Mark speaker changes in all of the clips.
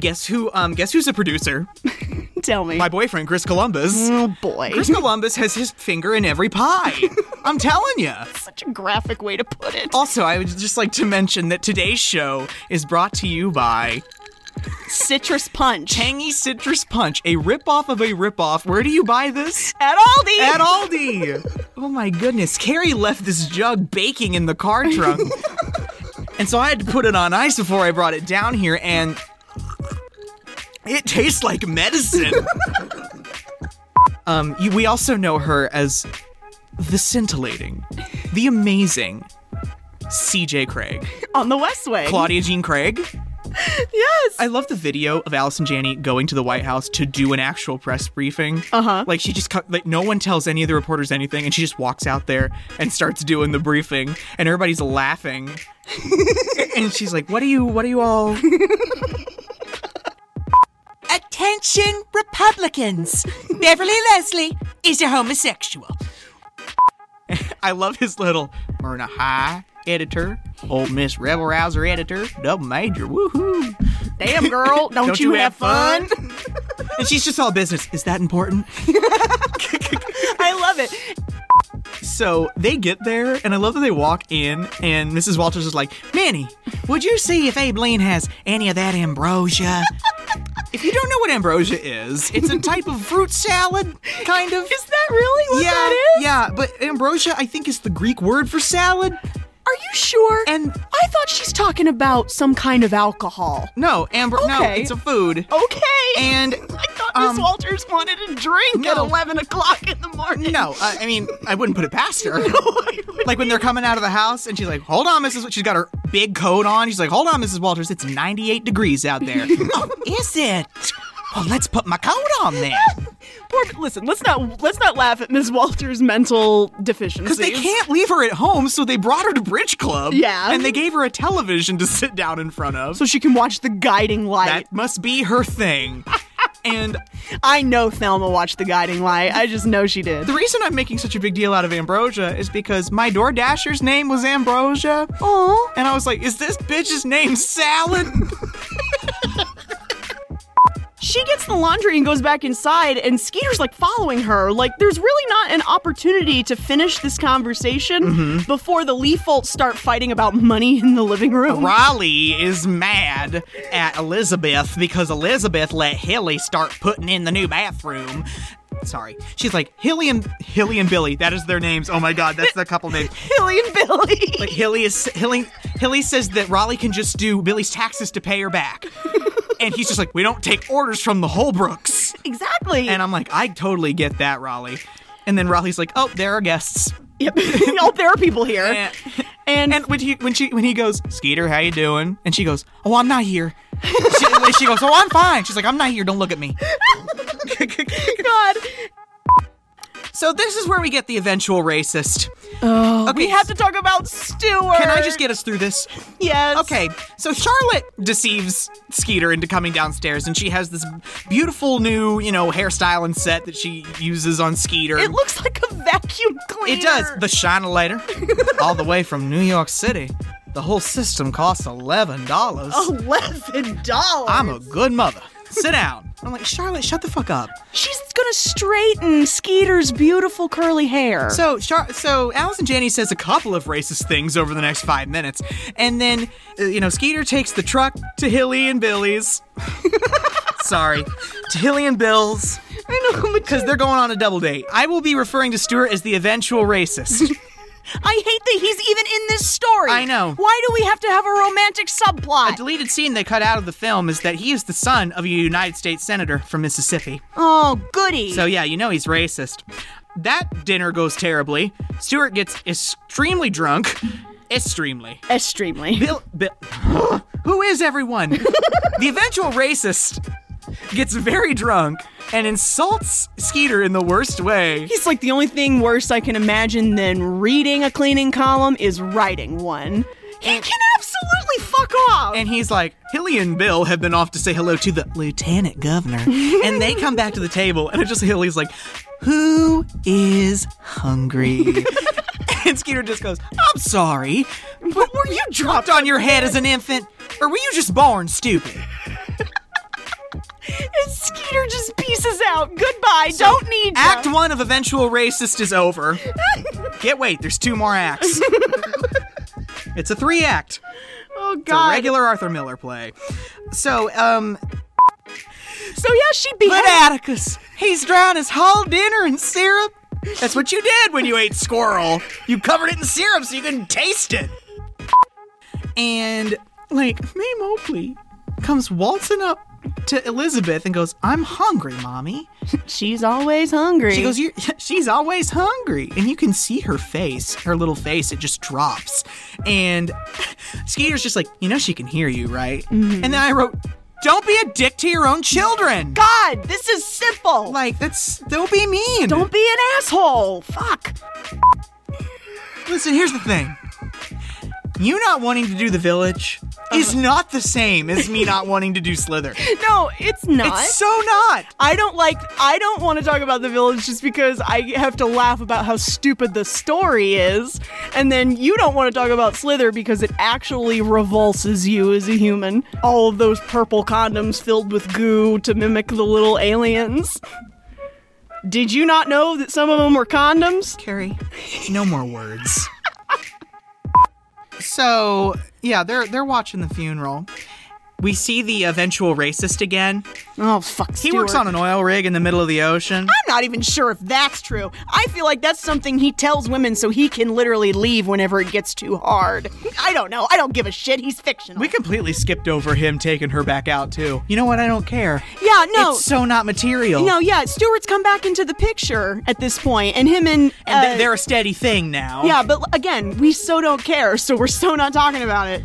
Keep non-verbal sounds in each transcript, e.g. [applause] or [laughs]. Speaker 1: guess who? Um, guess who's a producer?
Speaker 2: [laughs] Tell me.
Speaker 1: My boyfriend, Chris Columbus.
Speaker 2: oh boy. [laughs]
Speaker 1: Chris Columbus has his finger in every pie. I'm telling you.
Speaker 2: Such a graphic way to put it.
Speaker 1: Also, I would just like to mention that today's show is brought to you by
Speaker 2: Citrus punch.
Speaker 1: Tangy Citrus Punch, a ripoff of a ripoff. Where do you buy this?
Speaker 2: At Aldi.
Speaker 1: At Aldi. Oh my goodness. Carrie left this jug baking in the car trunk. and so I had to put it on ice before I brought it down here, and it tastes like medicine. um, you, we also know her as the scintillating, the amazing CJ Craig.
Speaker 2: on the Westway.
Speaker 1: Claudia Jean Craig.
Speaker 2: Yes.
Speaker 1: I love the video of Allison Janney going to the White House to do an actual press briefing. Uh
Speaker 2: Uh-huh.
Speaker 1: huh. Like she just co- like no one tells any of the reporters anything, and she just walks out there and starts doing the briefing, and everybody's
Speaker 2: [laughs]
Speaker 1: laughing, and she's like, "What are you? What are you all?" [laughs]
Speaker 3: Attention,
Speaker 2: [laughs]
Speaker 3: Republicans! Beverly Leslie is a homosexual.
Speaker 1: I love his little Myrna High editor, old Miss Rebel Rouser editor, double major, woohoo.
Speaker 2: Damn, girl. Don't, you, have fun?
Speaker 1: and she's just all business. Is that important?
Speaker 2: I love it.
Speaker 1: So they get there, and I love that they walk in, and Mrs. Walters is like, Manny, would you see if Abe Lean has any of that ambrosia? if you don't know what ambrosia is, it's a type of fruit salad, kind of.
Speaker 2: Is that really what
Speaker 1: yeah,
Speaker 2: that is?
Speaker 1: yeah, but ambrosia, I think, is the Greek word for salad.
Speaker 2: Are you sure?
Speaker 1: And-
Speaker 2: I thought she's talking about some kind of alcohol.
Speaker 1: No, ambro. No,
Speaker 2: Okay. Oh,
Speaker 1: it's a food.
Speaker 2: Okay.
Speaker 1: And
Speaker 2: I thought
Speaker 1: um,
Speaker 2: Miss Walters wanted a drink at
Speaker 1: no.
Speaker 2: 11 o'clock in the morning.
Speaker 1: No, uh, I, I mean, I wouldn't put it past
Speaker 2: [laughs]
Speaker 1: her. like when they're coming out of the house and she's like, hold on, Mrs. Wa-" She's got her big coat on. She's like, hold on, Mrs. Walters, it's 98 degrees out there. oh, is it? Well, let's put my coat on then.
Speaker 2: Poor, listen, let's not let's not laugh at Miss Walters' mental deficiencies.
Speaker 1: Because they can't leave her at home, so they brought her to Bridge Club.
Speaker 2: Yeah.
Speaker 1: And they gave her a television to sit down in front of.
Speaker 2: So she can watch the guiding light.
Speaker 1: that must be her thing. and
Speaker 2: I know Thelma watched the guiding light. I just know she did.
Speaker 1: the reason I'm making such a big deal out of Ambrosia is because my door dasher's name was Ambrosia.
Speaker 2: Aw.
Speaker 1: And I was like, is this bitch's name Salad?
Speaker 2: She gets the laundry and goes back inside, and Skeeter's like following her. Like, there's really not an opportunity to finish this conversation
Speaker 1: Mm-hmm.
Speaker 2: before the Leafolts start fighting about money in the living room.
Speaker 1: Riley is mad at Elizabeth because Elizabeth let Hilly start putting in the new bathroom. Sorry. She's like, Hilly and Hilly and Billy, that is their names. Oh my god, that's the couple name.
Speaker 2: Hilly and [laughs] Billy.
Speaker 1: [laughs] Like Hilly is Hilly Hilly says that Riley can just do Billy's taxes to pay her back. And he's just like, we don't take orders from the Holbrooks.
Speaker 2: exactly.
Speaker 1: And I'm like, I totally get that, Riley. And then Riley's like, oh, there are guests.
Speaker 2: yep. [laughs] oh, there are people here.
Speaker 1: Eh.
Speaker 2: and
Speaker 1: And when he when she when he goes, Skeeter, how you doing? And she goes, Oh, I'm not here. she, and she goes, Oh, I'm fine. She's like, I'm not here. Don't look at me. [laughs]
Speaker 2: God,
Speaker 1: So this is where we get the eventual racist. okay,
Speaker 2: Oh, we have to talk about Stewart.
Speaker 1: Can I just get us through this?
Speaker 2: Yes.
Speaker 1: Okay, so Charlotte deceives Skeeter into coming downstairs, and she has this beautiful new, you know, hairstyle and set that she uses on Skeeter.
Speaker 2: It looks like a vacuum cleaner.
Speaker 1: It does. The shine lighter, all the way from New York City. The whole system costs eleven dollars.
Speaker 2: Oh, eleven dollars.
Speaker 1: I'm a good mother. Sit down. I'm like, Charlotte, shut the fuck up.
Speaker 2: She's gonna straighten Skeeter's beautiful curly hair.
Speaker 1: So, Char- so Allison Janney says a couple of racist things over the next five minutes, and then uh, you know Skeeter takes the truck to Hilly and Billy's. [laughs] Sorry, to Hilly and Bill's
Speaker 2: I know, [laughs] but
Speaker 1: because they're going on a double date. I will be referring to Stuart as the eventual racist.
Speaker 2: I hate that he's even in this story.
Speaker 1: I know.
Speaker 2: Why do we have to have a romantic subplot?
Speaker 1: Deleted scene they cut out of the film is that he is the son of a United States senator from Mississippi.
Speaker 2: oh, goody.
Speaker 1: So yeah, you know he's racist. That dinner goes terribly. Stuart gets extremely drunk. Extremely.
Speaker 2: [laughs] extremely.
Speaker 1: Bill, Bill, who is everyone? the eventual racist gets very drunk and insults Skeeter in the worst way.
Speaker 2: He's like the only thing worse I can imagine than reading a cleaning column is writing one. He can absolutely fuck off.
Speaker 1: And he's like, Hilly and Bill have been off to say hello to the lieutenant governor. and they come back to the table, and it's just Hilly's like, Who is hungry? and Skeeter just goes, I'm sorry, but were you dropped on your head as an infant? Or were you just born stupid?
Speaker 2: out. Goodbye. Don't need ya.
Speaker 1: Act one of Eventual Racist is over. Get wait, there's two more acts. it's a three act.
Speaker 2: [laughs] Oh
Speaker 1: It's a
Speaker 2: God.
Speaker 1: regular Arthur Miller play. So, um,
Speaker 2: so yeah, she beheaded.
Speaker 1: but Atticus, he's drowned his whole dinner in syrup. That's what you did when you ate squirrel. You covered it in syrup so you couldn't taste it. And, like, Mae Moakley comes waltzing up to Elizabeth and goes, I'm hungry, Mommy.
Speaker 2: She's always hungry.
Speaker 1: She goes, you [laughs] she's always hungry. And you can see her face, her little face, it just drops. And [laughs] Skeeter's just like, you know, she can hear you, right? And then I wrote, don't be a dick to your own children.
Speaker 2: God, this is simple.
Speaker 1: Like, that's, don't be mean.
Speaker 2: Don't be an asshole. Fuck.
Speaker 1: Listen, here's the thing. You not wanting to do the village is not the same as me not wanting to do Slither.
Speaker 2: No, it's not.
Speaker 1: It's so not.
Speaker 2: I don't like. I don't want to talk about the village just because I have to laugh about how stupid the story is, and then you don't want to talk about Slither because it actually revulses you as a human. All of those purple condoms filled with goo to mimic the little aliens. Did you not know that some of them were condoms?
Speaker 1: Carrie, no more words. so yeah, they're they're watching the funeral. We see the eventual racist again.
Speaker 2: Oh fuck!
Speaker 1: He works on an oil rig in the middle of the ocean.
Speaker 2: I'm not even sure if that's true. I feel like that's something he tells women so he can literally leave whenever it gets too hard. I don't know. I don't give a shit. He's fictional.
Speaker 1: We completely skipped over him taking her back out too. You know what? I don't care.
Speaker 2: yeah, no.
Speaker 1: It's so not material.
Speaker 2: no, yeah, Stewart's come back into the picture at this point, and him and,
Speaker 1: And
Speaker 2: uh,
Speaker 1: they- they're a steady thing now.
Speaker 2: yeah, but again, we so don't care, so we're so not talking about it.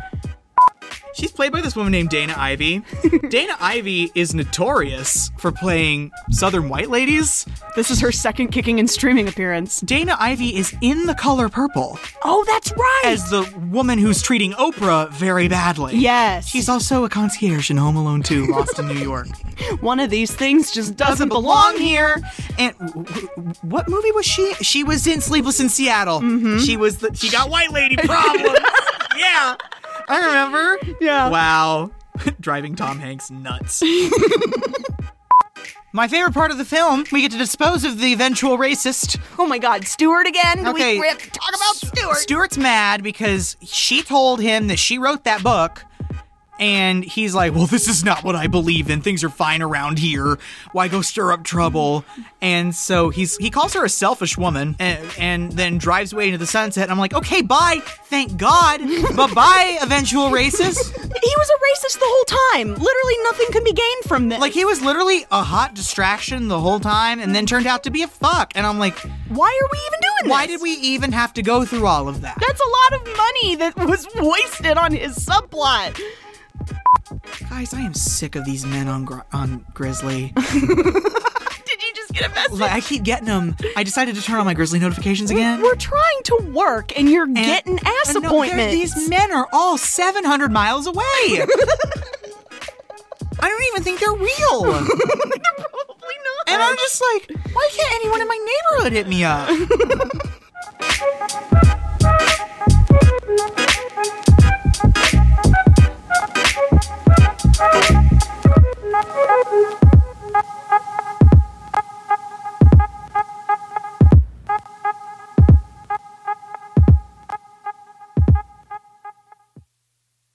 Speaker 1: She's played by this woman named Dana Ivy. Dana Ivy is notorious for playing Southern white ladies.
Speaker 2: This is her second kicking and streaming appearance.
Speaker 1: Dana Ivy is in the color purple.
Speaker 2: Oh, that's right.
Speaker 1: as the woman who's treating Oprah very badly.
Speaker 2: yes,
Speaker 1: She's also a concierge in Home Alone 2, Lost in New York.
Speaker 2: one of these things just doesn't,
Speaker 1: Belong
Speaker 2: belong
Speaker 1: here. And w- w- what movie was she? She was in Sleepless in Seattle.
Speaker 2: Mm-hmm.
Speaker 1: She was the. She got white
Speaker 2: [laughs]
Speaker 1: lady problems. yeah, I remember.
Speaker 2: Yeah.
Speaker 1: Wow, [laughs] driving Tom Hanks
Speaker 2: [laughs]
Speaker 1: nuts. My favorite part of the film, we get to dispose of the eventual racist.
Speaker 2: Oh my God, Stewart again?
Speaker 1: Okay.
Speaker 2: We, we have to talk about Stewart.
Speaker 1: Stuart's mad because she told him that she wrote that book. And he's like, Well, this is not what I believe in. Things are fine around here. Why go stir up trouble? And so he's he calls her a selfish woman and, and then drives away into the sunset. And I'm like, Okay, bye. Thank God. bye bye, eventual racist.
Speaker 2: He was a racist the whole time. Literally nothing can be gained from this.
Speaker 1: Like, he was literally a hot distraction the whole time and then turned out to be a fuck. And I'm like,
Speaker 2: why are we even doing this?
Speaker 1: Why did we even have to go through all of that?
Speaker 2: That's a lot of money that was wasted on his subplot.
Speaker 1: Guys, I am sick of these men on, gr- on Grizzly.
Speaker 2: Did you just get a message?
Speaker 1: Like I keep getting them. I decided to turn on my grizzly notifications again.
Speaker 2: We're trying to work, and you're getting
Speaker 1: and
Speaker 2: ass
Speaker 1: no, they're-
Speaker 2: appointments.
Speaker 1: these men are all 700 miles
Speaker 2: [laughs]
Speaker 1: away. I don't even think they're real.
Speaker 2: Probably not.
Speaker 1: and I'm just like, why can't anyone in my neighborhood hit me up?